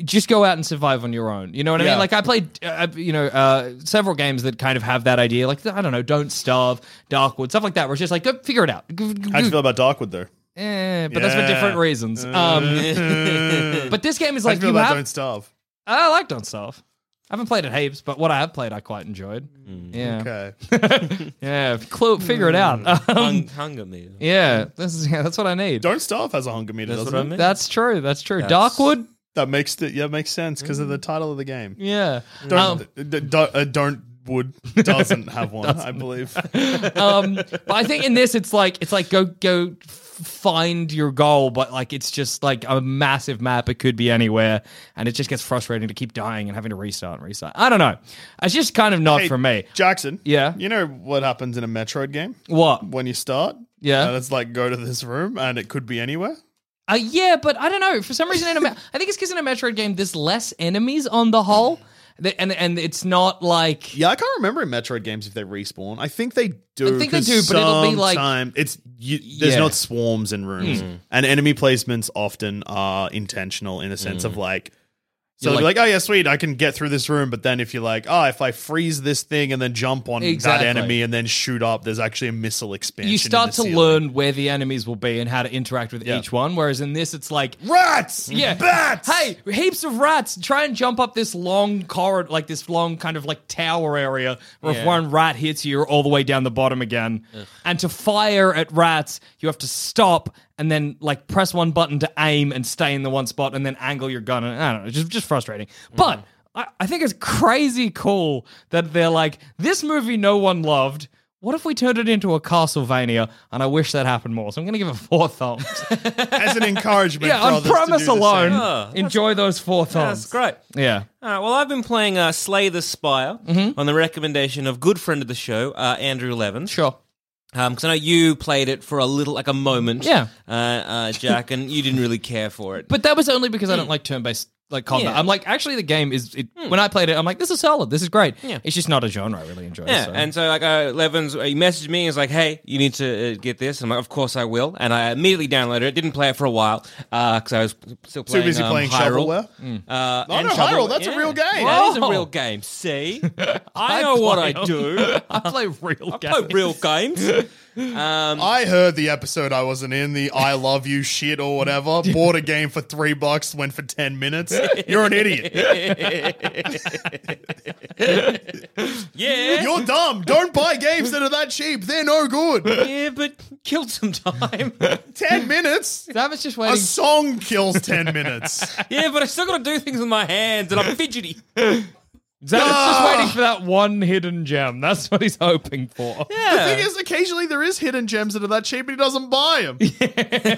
Speaker 5: just go out and survive on your own. You know what I
Speaker 4: Yeah.
Speaker 5: mean? Like I played, uh, you know, uh, several games that kind of have that idea. Like I don't know, don't starve, Darkwood, stuff like that. Where it's just like go figure it out. Go- go-
Speaker 4: How do you feel about Darkwood though?
Speaker 5: eh, but that's for
Speaker 4: Yeah.
Speaker 5: different reasons. Um, but this game is
Speaker 4: How do you
Speaker 5: like
Speaker 4: feel
Speaker 5: you
Speaker 4: about
Speaker 5: have.
Speaker 4: Don't Starve?
Speaker 5: I like don't starve. I haven't played it heaps, but what I have played, I quite enjoyed. Yeah,
Speaker 4: Okay. Mm.
Speaker 5: yeah. Clue, figure it out. Um,
Speaker 3: Hung, hunger meter.
Speaker 5: yeah, this is yeah, that's what I need.
Speaker 4: Don't Starve has a hunger meter,
Speaker 3: That's
Speaker 4: doesn't
Speaker 3: what I
Speaker 4: it?
Speaker 3: meant.
Speaker 5: That's true. That's true. Darkwood.
Speaker 4: That makes the, yeah makes sense because
Speaker 5: Mm.
Speaker 4: of the title of the game.
Speaker 5: Yeah.
Speaker 4: Don't
Speaker 5: Um,
Speaker 4: d- d- don't, uh, don't wood doesn't have one, I believe.
Speaker 5: um, but I think in this, it's like it's like go go f- find your goal, but like it's just like a massive map. It could be anywhere, and it just gets frustrating to keep dying and having to restart and restart. I don't know. It's just kind of not
Speaker 4: Hey,
Speaker 5: for me.
Speaker 4: Jackson.
Speaker 5: Yeah.
Speaker 4: You know what happens in a Metroid game
Speaker 5: What?
Speaker 4: when you start?
Speaker 5: Yeah.
Speaker 4: And it's like go to this room and it could be anywhere.
Speaker 5: Uh, yeah, but I don't know. For some reason, in a me- I think it's because in a Metroid game, there's less enemies on the whole, Th- and and it's not like
Speaker 4: Yeah, I can't remember in Metroid games if they respawn. I think they do.
Speaker 5: I think they
Speaker 4: 'cause
Speaker 5: do, but it'll be like-
Speaker 4: sometime- it's you, there's
Speaker 5: Yeah.
Speaker 4: not swarms in rooms, and enemy placements often are intentional in a sense of like. So they'll
Speaker 5: You're
Speaker 4: be like, oh yeah, sweet, I can get through this room. But then if you're like, oh, if I freeze this thing and then jump on
Speaker 5: Exactly.
Speaker 4: that enemy and then shoot up, there's actually a missile expansion.
Speaker 5: you
Speaker 4: in
Speaker 5: start
Speaker 4: the
Speaker 5: to
Speaker 4: ceiling.
Speaker 5: learn where the enemies will be and how to interact with
Speaker 4: Yeah.
Speaker 5: each one. Whereas in this, it's like
Speaker 4: rats,
Speaker 5: Yeah.
Speaker 4: bats.
Speaker 5: Hey, heaps of rats. Try and jump up this long corridor, like this long kind of like tower area where if one rat hits you, you're all the way down the bottom again. And to fire at rats, you have to stop and then like press one button to aim and stay in the one spot and then angle your gun. And I don't know, just, just frustrating. But I, I think it's crazy cool that they're like, this movie no one loved. What if we turned it into a Castlevania? And I wish that happened more. So I'm going to give it four thumbs.
Speaker 4: as an encouragement.
Speaker 5: Yeah,
Speaker 4: for
Speaker 5: on
Speaker 4: others to do
Speaker 5: promise
Speaker 4: the
Speaker 5: alone.
Speaker 4: same.
Speaker 5: enjoy those four thumbs.
Speaker 3: That's great.
Speaker 5: Yeah.
Speaker 3: All right. Well, I've been playing uh, Slay the Spire
Speaker 5: Mm-hmm.
Speaker 3: on the recommendation of good friend of the show, uh, Andrew Levin.
Speaker 5: Sure.
Speaker 3: Because I know you played it for a little, like a moment.
Speaker 5: Yeah.
Speaker 3: Uh, uh, Jack, and you didn't really care for it.
Speaker 5: But that was only because I don't like turn based like combat.
Speaker 3: Hmm. Yeah. Hmm.
Speaker 5: I'm like, actually, the game is. It, When I played it, I'm like, this is solid. This is great.
Speaker 3: Yeah.
Speaker 5: It's just not a genre I really enjoy.
Speaker 3: Yeah,
Speaker 5: so.
Speaker 3: and so like uh, Levin's, he messaged me. He's like, "Hey, you need to uh, get this." I'm like, "Of course I will." And I immediately downloaded it. Didn't play it for a while because I was still playing.
Speaker 4: busy
Speaker 3: um,
Speaker 4: playing
Speaker 3: Hyrule.
Speaker 4: shovelware.
Speaker 3: Uh,
Speaker 4: Oh,
Speaker 3: and
Speaker 4: no, Hyrule, that's a real game. Oh.
Speaker 3: That is a
Speaker 5: Whoa.
Speaker 3: real game. See, I know what I do.
Speaker 5: I play real
Speaker 3: I
Speaker 5: games.
Speaker 3: play real games.
Speaker 4: I heard the episode I wasn't in, the I love you shit or whatever. Bought a game for three bucks, went for 10 minutes. You're an idiot.
Speaker 3: Yeah,
Speaker 4: You're dumb. Don't buy games that are that cheap. They're no good.
Speaker 3: yeah, but killed some time.
Speaker 4: 10 minutes?
Speaker 5: David's just
Speaker 4: A
Speaker 5: waiting.
Speaker 4: song kills 10 minutes.
Speaker 3: yeah, but I still got to do things with my hands, and I'm fidgety.
Speaker 5: David's just waiting for that one hidden gem. That's what he's hoping for.
Speaker 4: The thing is, occasionally there is hidden gems that are that cheap, but he doesn't buy them.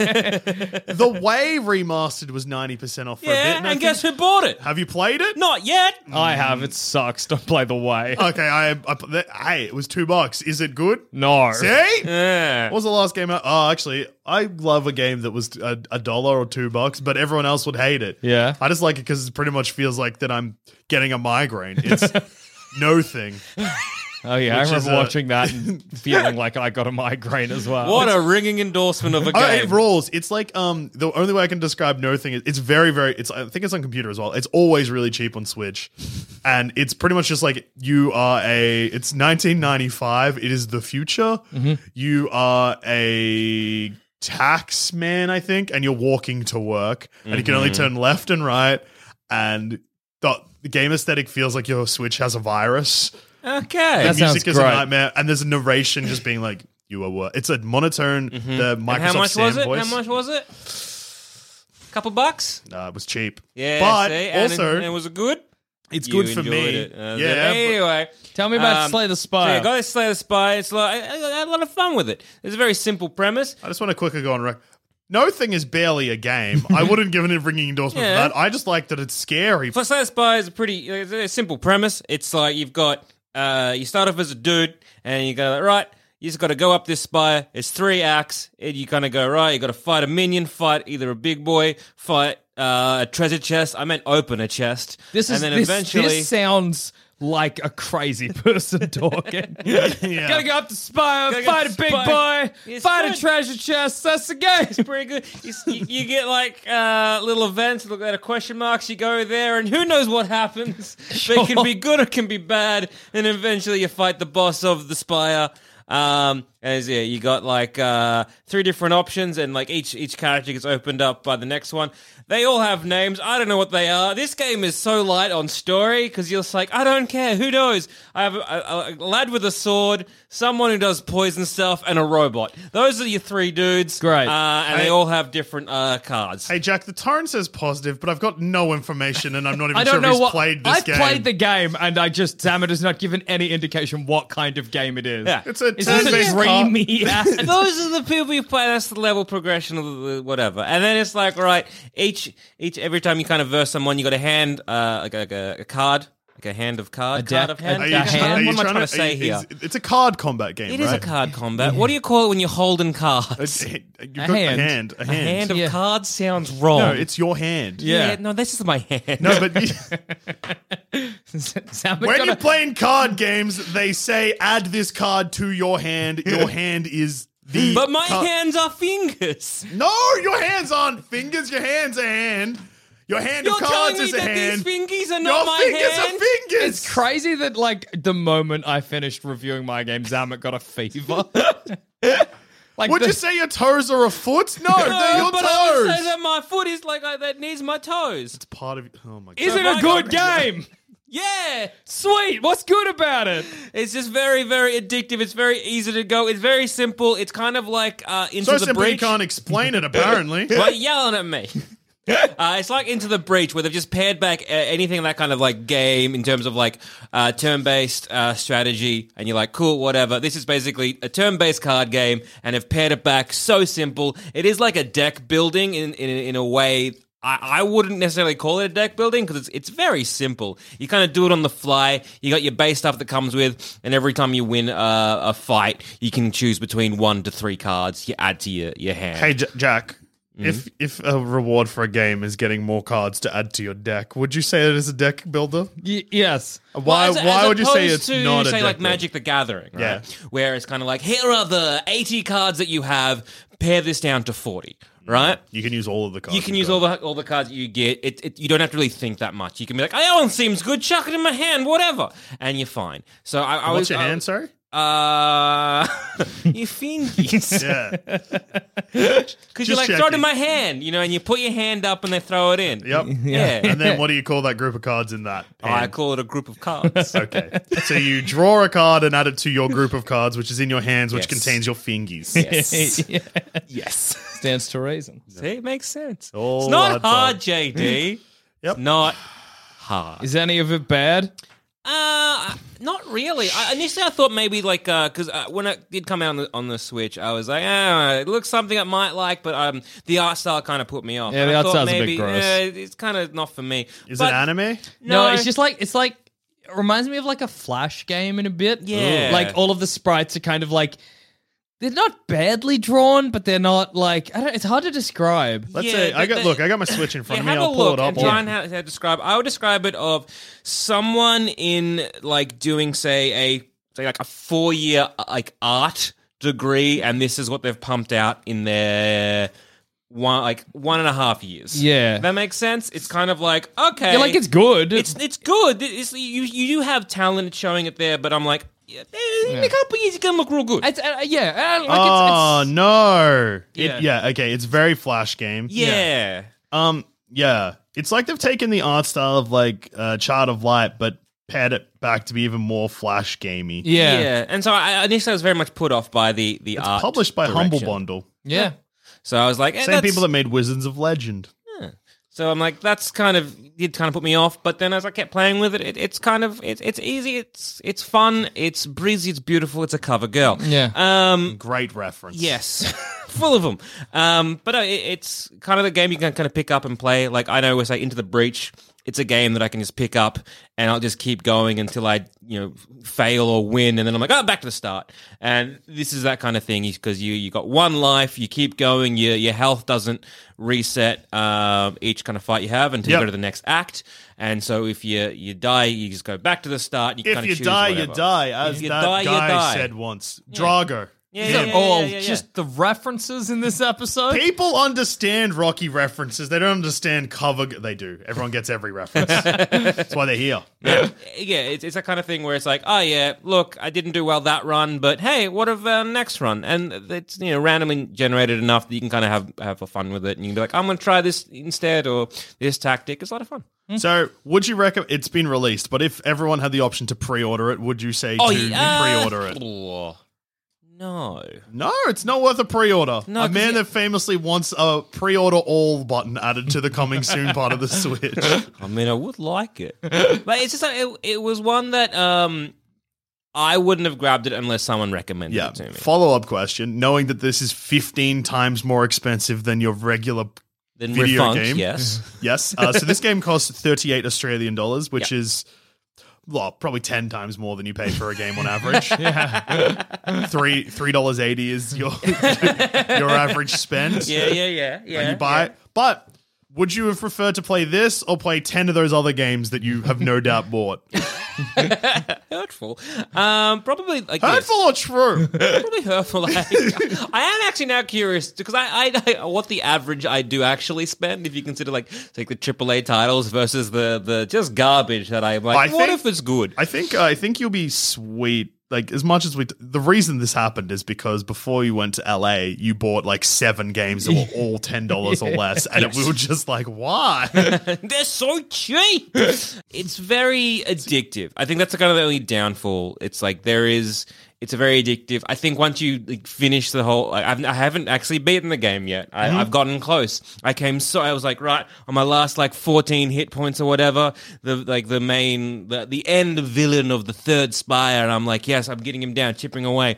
Speaker 4: the Way remastered was 90% off for a bit.
Speaker 3: Yeah,
Speaker 4: and I
Speaker 3: and
Speaker 4: think-
Speaker 3: guess who bought it?
Speaker 4: Have you played it?
Speaker 3: Not yet.
Speaker 5: I have. It sucks. Don't play the way.
Speaker 3: Uh,
Speaker 4: Okay, I, I, hey, it was two bucks. Is it good?
Speaker 5: No.
Speaker 4: See?
Speaker 3: Yeah.
Speaker 4: What was the last game? out? Oh, actually, I love a game that was a, a dollar or two bucks, but everyone else would hate it.
Speaker 5: Yeah.
Speaker 4: I just like it because it pretty much feels like that I'm getting a migraine. It's no thing.
Speaker 5: Oh yeah, I
Speaker 4: Which is
Speaker 5: remember
Speaker 4: a-
Speaker 5: watching that and feeling like I got a migraine as well.
Speaker 3: What a ringing endorsement of a
Speaker 4: Oh, it
Speaker 3: game.
Speaker 4: rolls. It's like um the only way I can describe no thing is it's very very. It's I think it's on computer as well. It's always really cheap on Switch, and it's pretty much just like you are a. It's 1995. It is the future.
Speaker 3: Mm-hmm.
Speaker 4: You are a tax man, I think, and you're walking to work, and you can only
Speaker 3: Mm-hmm.
Speaker 4: turn left and right, and the, the game aesthetic feels like your Switch has a virus.
Speaker 3: okay.
Speaker 4: The
Speaker 5: That sounds
Speaker 4: music is
Speaker 5: great.
Speaker 4: a nightmare, and there's a narration just being like. You are. wor-" It's a monotone. The Microsoft
Speaker 3: Mm-hmm. And how much
Speaker 4: Sam
Speaker 3: was it?
Speaker 4: voice.
Speaker 3: How much was it? couple bucks.
Speaker 4: No, it uh, was cheap.
Speaker 3: Yeah,
Speaker 4: but
Speaker 3: see? And
Speaker 4: also
Speaker 3: it, and was it good?
Speaker 4: it's
Speaker 3: You
Speaker 4: good for
Speaker 3: enjoyed
Speaker 4: me.
Speaker 3: it. Uh,
Speaker 4: yeah,
Speaker 3: but anyway,
Speaker 5: Tell me about Slay the Spire.
Speaker 3: Um, So yeah, go to Slay the Spire. It's like I, I had a lot of fun with it. It's a very simple premise.
Speaker 4: I just want to quickly go on record. No thing is barely a game. I wouldn't give it a ringing endorsement
Speaker 3: Yeah.
Speaker 4: for that. I just like that it's scary.
Speaker 3: For Slayer Spy is a pretty it's a simple premise. It's like you've got uh, you start off as a dude and you go right. You just got to go up this spire. It's three acts. And you kind of go right. You got to fight a minion, fight either a big boy, fight uh, a treasure chest. I meant open a chest.
Speaker 5: This is
Speaker 3: and then
Speaker 5: this,
Speaker 3: eventually
Speaker 5: this sounds like a crazy person talking. Gotta go up to Spire,
Speaker 3: Gotta go
Speaker 5: fight
Speaker 3: to
Speaker 5: a big
Speaker 3: Spire.
Speaker 5: boy,
Speaker 3: It's
Speaker 5: fight
Speaker 3: good.
Speaker 5: a treasure chest. That's the game.
Speaker 3: pretty good. You, you, you get like uh, little events, look at a question marks. You go there, and who knows what happens? They can be good or can be bad, and eventually you fight the boss of the spire. Um, as yeah, you got like uh, three different options, and like each each character gets opened up by the next one. They all have names. I don't know what they are. This game is so light on story because you're just like, I don't care. Who knows? I have a, a, a lad with a sword, someone who does poison stuff, and a robot. Those are your three dudes.
Speaker 5: Great.
Speaker 3: Uh, and they all have different uh, cards.
Speaker 4: Hey Jack, the tone says positive, but I've got no information, and I'm not even
Speaker 5: I
Speaker 4: sure
Speaker 5: don't
Speaker 4: if
Speaker 5: know
Speaker 4: he's
Speaker 5: what
Speaker 4: played this
Speaker 5: I've
Speaker 4: game.
Speaker 5: played the game, and I just Sam has not given any indication what kind of game it is.
Speaker 3: Yeah.
Speaker 4: It's a
Speaker 5: is this
Speaker 4: turn-based
Speaker 5: a dreamy?
Speaker 3: And those are the people you play. That's the level progression of the whatever. And then it's like, right, each each every time you kind of verse someone, you got a hand, uh, like, a, like a, a card, like a hand of card,
Speaker 5: deck,
Speaker 3: card of hand.
Speaker 5: a
Speaker 4: Are
Speaker 5: The
Speaker 4: you,
Speaker 5: hand?
Speaker 4: trying- are you
Speaker 3: What am I
Speaker 4: trying
Speaker 3: trying to say
Speaker 4: are you-
Speaker 3: here?
Speaker 4: is- It's a card combat game.
Speaker 3: It
Speaker 4: right?
Speaker 3: is a card combat. What do you call it when you're holding cards?
Speaker 4: It- You've
Speaker 5: A
Speaker 4: got
Speaker 5: hand.
Speaker 4: a hand. A
Speaker 3: A
Speaker 4: hand.
Speaker 3: hand of
Speaker 5: Yeah.
Speaker 3: cards sounds wrong.
Speaker 4: no, it's your hand.
Speaker 3: yeah.
Speaker 5: yeah.
Speaker 3: no, this is my hand.
Speaker 4: No, but you-
Speaker 5: Sam
Speaker 4: when
Speaker 5: got
Speaker 4: you're
Speaker 5: a-
Speaker 4: playing card games, they say add this card to your hand. Your hand is the.
Speaker 3: but my
Speaker 4: card-
Speaker 3: hands are fingers.
Speaker 4: No, your hands aren't fingers. Your hand's a hand. Your hand
Speaker 3: You're
Speaker 4: of cards
Speaker 3: telling me
Speaker 4: is a
Speaker 3: that
Speaker 4: hand.
Speaker 3: these fingies are
Speaker 4: your
Speaker 3: not my
Speaker 4: fingers
Speaker 3: hand?
Speaker 4: are fingers.
Speaker 5: It's crazy that like the moment I finished reviewing my game, Zamet got a fever. like
Speaker 4: Would
Speaker 5: the-
Speaker 4: you say your toes are a foot? No, they're your
Speaker 3: but I would
Speaker 4: toes.
Speaker 3: say that my foot is like I, that needs my toes.
Speaker 4: Part of oh my god.
Speaker 5: is it a good game?
Speaker 3: Yeah,
Speaker 5: Sweet. What's good about it?
Speaker 3: it's just very, very addictive. It's very easy to go. It's very simple. It's kind of like uh, into
Speaker 4: so
Speaker 3: the
Speaker 4: simple you
Speaker 3: breach.
Speaker 4: can't explain it. Apparently,
Speaker 3: Why are you yelling at me? Uh, it's like Into the Breach, where they've just pared back uh, anything in that kind of like game in terms of like uh, turn-based uh, strategy, and you're like, cool, whatever. This is basically a turn-based card game, and have pared it back so simple. It is like a deck building in in, in a way. I, I wouldn't necessarily call it a deck building because it's it's very simple. You kind of do it on the fly. You got your base stuff that comes with, and every time you win uh, a fight, you can choose between one to three cards you add to your your hand.
Speaker 4: Hey, J- Jack. If if a reward for a game is getting more cards to add to your deck, would you say it is a deck builder?
Speaker 5: Y- yes.
Speaker 4: Why
Speaker 3: Well, as-
Speaker 4: why
Speaker 3: as
Speaker 4: would you say
Speaker 3: opposed
Speaker 4: it's
Speaker 3: to,
Speaker 4: not a
Speaker 3: say
Speaker 4: deck
Speaker 3: like
Speaker 4: builder?
Speaker 3: Magic the Gathering, right?
Speaker 4: Yeah.
Speaker 3: Where it's kind of like here are the eighty cards that you have. Pare this down to forty, right?
Speaker 4: You can use all of the cards.
Speaker 3: You can use
Speaker 4: you've got.
Speaker 3: all the all the cards that you get. It, it you don't have to really think that much. You can be like, oh, that one seems good. Chuck it in my hand, whatever, and you're fine. So I, I was
Speaker 4: What's your
Speaker 3: I-
Speaker 4: hand? Sorry.
Speaker 3: Uh, you fingies.
Speaker 4: Yeah.
Speaker 3: Because you're like,
Speaker 4: Just
Speaker 3: throw it in
Speaker 4: checking.
Speaker 3: my hand, you know, and you put your hand up and they throw it in.
Speaker 4: Yep.
Speaker 3: Yeah.
Speaker 4: And then what do you call that group of cards in that?
Speaker 3: I
Speaker 4: hand?
Speaker 3: call it a group of cards.
Speaker 4: Okay. So you draw a card and add it to your group of cards, which is in your hands, which
Speaker 3: Yes.
Speaker 4: contains your fingers.
Speaker 3: yes. yes.
Speaker 5: Stands to reason.
Speaker 3: See, it makes sense.
Speaker 4: all
Speaker 3: it's not
Speaker 4: adds up.
Speaker 3: hard, JD.
Speaker 4: Yep.
Speaker 3: It's not,
Speaker 5: Is any of it bad?
Speaker 3: uh, not really. I, initially, I thought maybe like because uh, when it did come out on the, on the Switch, I was like, ah, it looks something I might like, but um, the art style kind of put me off.
Speaker 5: Yeah,
Speaker 3: And
Speaker 5: the
Speaker 3: I
Speaker 5: art
Speaker 3: thought
Speaker 5: style's a bit
Speaker 3: maybe,
Speaker 5: gross.
Speaker 3: eh, it's kind of not for me.
Speaker 4: Is
Speaker 3: But
Speaker 4: it anime?
Speaker 3: No,
Speaker 5: it's just like it's like it reminds me of like a flash game in a bit.
Speaker 3: Yeah.
Speaker 5: like all of the sprites are kind of like they're not badly drawn, but they're not like I don't. It's hard to describe.
Speaker 4: Let's
Speaker 3: Yeah,
Speaker 4: say I
Speaker 3: but
Speaker 4: got
Speaker 3: the-
Speaker 4: look, I got my switch in front
Speaker 3: Yeah,
Speaker 4: of me.
Speaker 3: have
Speaker 4: I'll
Speaker 3: a
Speaker 4: pull
Speaker 3: look
Speaker 4: it up.
Speaker 3: and try
Speaker 4: I'll-
Speaker 3: and how, how to describe. I would describe it of someone in like doing say a say like a four year like art degree, and this is what they've pumped out in their one like one and a half years.
Speaker 5: Yeah.
Speaker 3: that makes sense. It's kind of like okay,
Speaker 5: Yeah, like it's good.
Speaker 3: It's it's good. It's, you you do have talent showing it there, but I'm like. Yeah, eh, in a couple of years, it's gonna look real good.
Speaker 5: It's, uh, yeah. Uh, like
Speaker 4: Oh
Speaker 5: it's, it's,
Speaker 4: no!
Speaker 3: Yeah.
Speaker 4: It, yeah, okay. It's very flash game.
Speaker 3: yeah.
Speaker 4: Um, yeah. It's like they've taken the art style of like uh, Child of Light, but pared it back to be even more flash gamey.
Speaker 5: yeah, yeah,
Speaker 3: yeah, And so I initially I was very much put off by the the art
Speaker 4: Published by Humble
Speaker 3: direction.
Speaker 4: Bundle,
Speaker 5: yeah.
Speaker 3: So I was like, eh,
Speaker 4: same
Speaker 3: that's-
Speaker 4: people that made Wizards of Legend.
Speaker 3: So I'm like, that's kind of it. Kind of put me off. But then as I kept playing with it, it it's kind of it's it's easy. It's it's fun. It's breezy. It's beautiful. It's a cover girl.
Speaker 5: Yeah.
Speaker 3: Um.
Speaker 4: Great reference.
Speaker 3: Yes, full of them. Um, but uh, it, it's kind of a game you can kind of pick up and play. Like I know we say Into the Breach. It's a game that I can just pick up and I'll just keep going until I, you know, fail or win, and then I'm like, oh, back to the start. And this is that kind of thing because you you got one life, you keep going, your your health doesn't reset um, each kind of fight you have until
Speaker 4: Yep.
Speaker 3: you go to the next act. And so if you you die, you just go back to the start. You
Speaker 4: If
Speaker 3: kind
Speaker 4: you
Speaker 3: of choose
Speaker 4: die, you
Speaker 3: whatever.
Speaker 4: die,
Speaker 3: If
Speaker 4: as
Speaker 3: you
Speaker 4: that
Speaker 3: die, you
Speaker 4: guy
Speaker 3: die.
Speaker 4: said once. Drago.
Speaker 3: Yeah,
Speaker 5: These
Speaker 3: yeah,
Speaker 5: are
Speaker 3: yeah,
Speaker 5: all
Speaker 3: yeah, yeah, yeah.
Speaker 5: just the references in this episode.
Speaker 4: People understand Rocky references. They don't understand cover. g- They do. Everyone gets every reference. That's why they're here.
Speaker 3: yeah, it's, it's that kind of thing where it's like, oh yeah, look, I didn't do well that run, but hey, what of uh, next run? And it's you know randomly generated enough that you can kind of have have fun with it, and you can be like, I'm gonna try this instead or this tactic. It's a lot of fun.
Speaker 4: Mm-hmm. So, would you recommend? It's been released, but if everyone had the option to pre-order it, would you say
Speaker 3: Oh,
Speaker 4: to pre-order it?
Speaker 3: No,
Speaker 4: No, it's not worth a pre-order.
Speaker 3: No,
Speaker 4: a
Speaker 3: 'cause
Speaker 4: man
Speaker 3: you-
Speaker 4: that famously wants a pre-order all button added to the coming soon part of the Switch.
Speaker 3: I mean, I would like it, but it's just like, it, it was one that um I wouldn't have grabbed it unless someone recommended
Speaker 4: Yeah.
Speaker 3: it to me.
Speaker 4: Follow-up question: Knowing that this is 15 times more expensive than your regular
Speaker 3: Then we're
Speaker 4: video
Speaker 3: funked,
Speaker 4: game,
Speaker 3: yes.
Speaker 4: yes. Uh, so this game costs 38 Australian dollars, which is well, probably 10 times more than you pay for a game on average. Three three dollars eighty is your your average spend.
Speaker 3: Yeah, yeah, yeah, yeah.
Speaker 4: and you buy it. But would you have preferred to play this or play 10 of those other games that you have no doubt bought?
Speaker 3: hurtful. Um, probably like this.
Speaker 4: Hurtful or true?
Speaker 3: probably hurtful. Like, I am actually now curious because I, I, I what the average I do actually spend if you consider like take the AAA titles versus the the just garbage that I'm like.
Speaker 4: I
Speaker 3: what
Speaker 4: think-
Speaker 3: if it's good?
Speaker 4: I think uh, I think you'll be sweet. Like as much as we, t- the reason this happened is because before you went to LA, you bought like seven games that were all ten dollars or less, and we were just like, why?
Speaker 3: They're so cheap. it's very addictive. I think that's kind of the only downfall. It's like there is. It's a very addictive. I think once you like, finish the whole, like, I've, I haven't actually beaten the game yet. I, I've gotten close. I came so I was like right on my last like fourteen hit points or whatever. The like the main the, the end villain of the third spire, and I'm like yes, I'm getting him down, chipping away.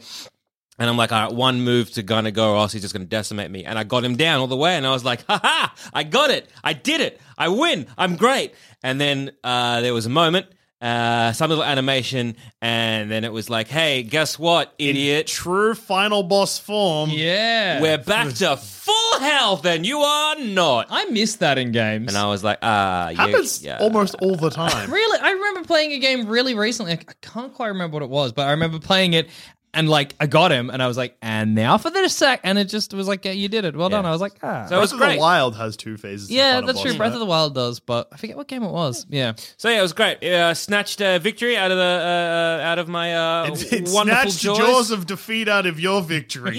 Speaker 3: And I'm like, all right, one move to gonna go, or else he's just gonna decimate me. And I got him down all the way, and I was like, ha ha, I got it, I did it, I win, I'm great. And then uh, there was a moment, uh, some little animation, and then it was like, hey, guess what, idiot?
Speaker 4: True final boss form.
Speaker 5: Yeah.
Speaker 3: We're back to full health, and you are not.
Speaker 5: I miss that in games.
Speaker 3: And I was like, ah, yeah,
Speaker 4: happens
Speaker 3: yeah.
Speaker 4: almost all the time.
Speaker 5: Really, I remember playing a game really recently. I I can't quite remember what it was, but I remember playing it and like I got him and I was like, and now for the sack, and it just was like, yeah, you did it, well done. I was like, ah,
Speaker 3: So it was
Speaker 4: Breath of
Speaker 3: great.
Speaker 4: the Wild has two phases. of
Speaker 5: yeah,
Speaker 4: final
Speaker 5: that's
Speaker 4: boss,
Speaker 5: true. Breath
Speaker 4: right?
Speaker 5: of the Wild does, but I forget what game it was. Yeah,
Speaker 3: So yeah, it was great. It, uh, snatched a victory out of the uh, out of my uh,
Speaker 4: It, it
Speaker 3: wonderful
Speaker 4: snatched
Speaker 3: joys.
Speaker 4: jaws of defeat out of your victory.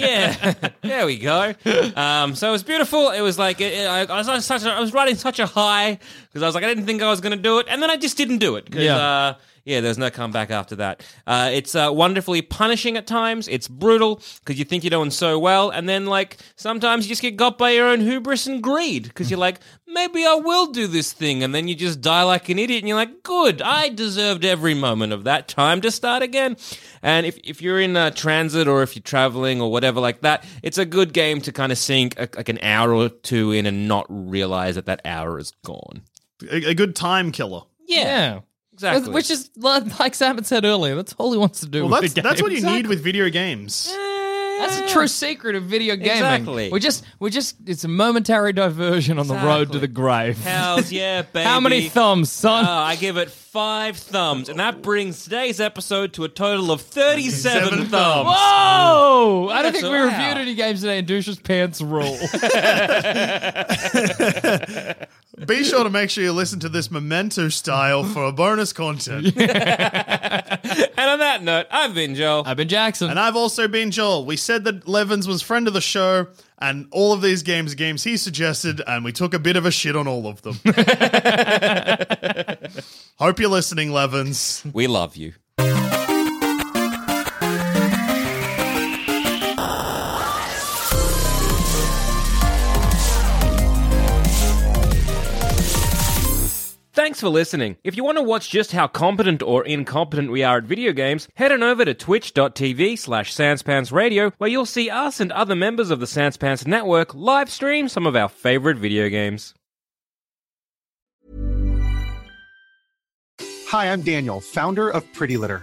Speaker 3: Yeah, there we go. Um, so it was beautiful. It was like it, it- I, I was on such a, I was riding such a high because I was like I didn't think I was going to do it, and then I just didn't do it. 'cause,
Speaker 5: Yeah.
Speaker 3: Uh, yeah, there's no comeback after that. Uh, it's uh, wonderfully punishing at times. It's brutal because you think you're doing so well, and then like sometimes you just get got by your own hubris and greed because you're like, maybe I will do this thing, and then you just die like an idiot, and you're like, good, I deserved every moment of that. Time to start again. And if if you're in uh, transit or if you're traveling or whatever like that, it's a good game to kind of sink a, like an hour or two in and not realize that that hour is gone.
Speaker 4: A, a good time killer.
Speaker 5: yeah,
Speaker 3: Exactly.
Speaker 5: Which is like like Sam had said earlier. That's all he wants to do.
Speaker 4: Well,
Speaker 5: with
Speaker 4: that's
Speaker 5: the game.
Speaker 4: that's what you need with video games.
Speaker 5: That's the true secret of video gaming.
Speaker 3: Exactly.
Speaker 5: We're just we're just it's a momentary diversion on the road to
Speaker 3: Exactly.
Speaker 5: the grave.
Speaker 3: Hells yeah, baby.
Speaker 5: How many thumbs, son?
Speaker 3: Oh, I give it five thumbs, and that brings today's episode to a total of 37
Speaker 4: Seven
Speaker 3: thumbs.
Speaker 5: Whoa! I don't
Speaker 3: That's
Speaker 5: think we
Speaker 3: wow.
Speaker 5: reviewed any games today. And Douche's pants rule.
Speaker 4: Be sure to make sure you listen to this memento style for bonus content.
Speaker 3: And on that note, I've been Joel.
Speaker 5: I've been Jackson.
Speaker 4: And I've also been Joel. We said that Levins was friend of the show, and all of these games are games he suggested, and we took a bit of a shit on all of them. Hope you're listening, Levins.
Speaker 3: We love you. Thanks for listening. If you want to watch just how competent or incompetent we are at video games, head on over to twitch.tv slash sanspantsradio where you'll see us and other members of the Sanspants Network live stream some of our favorite video games.
Speaker 8: Hi, I'm Daniel, founder of Pretty Litter.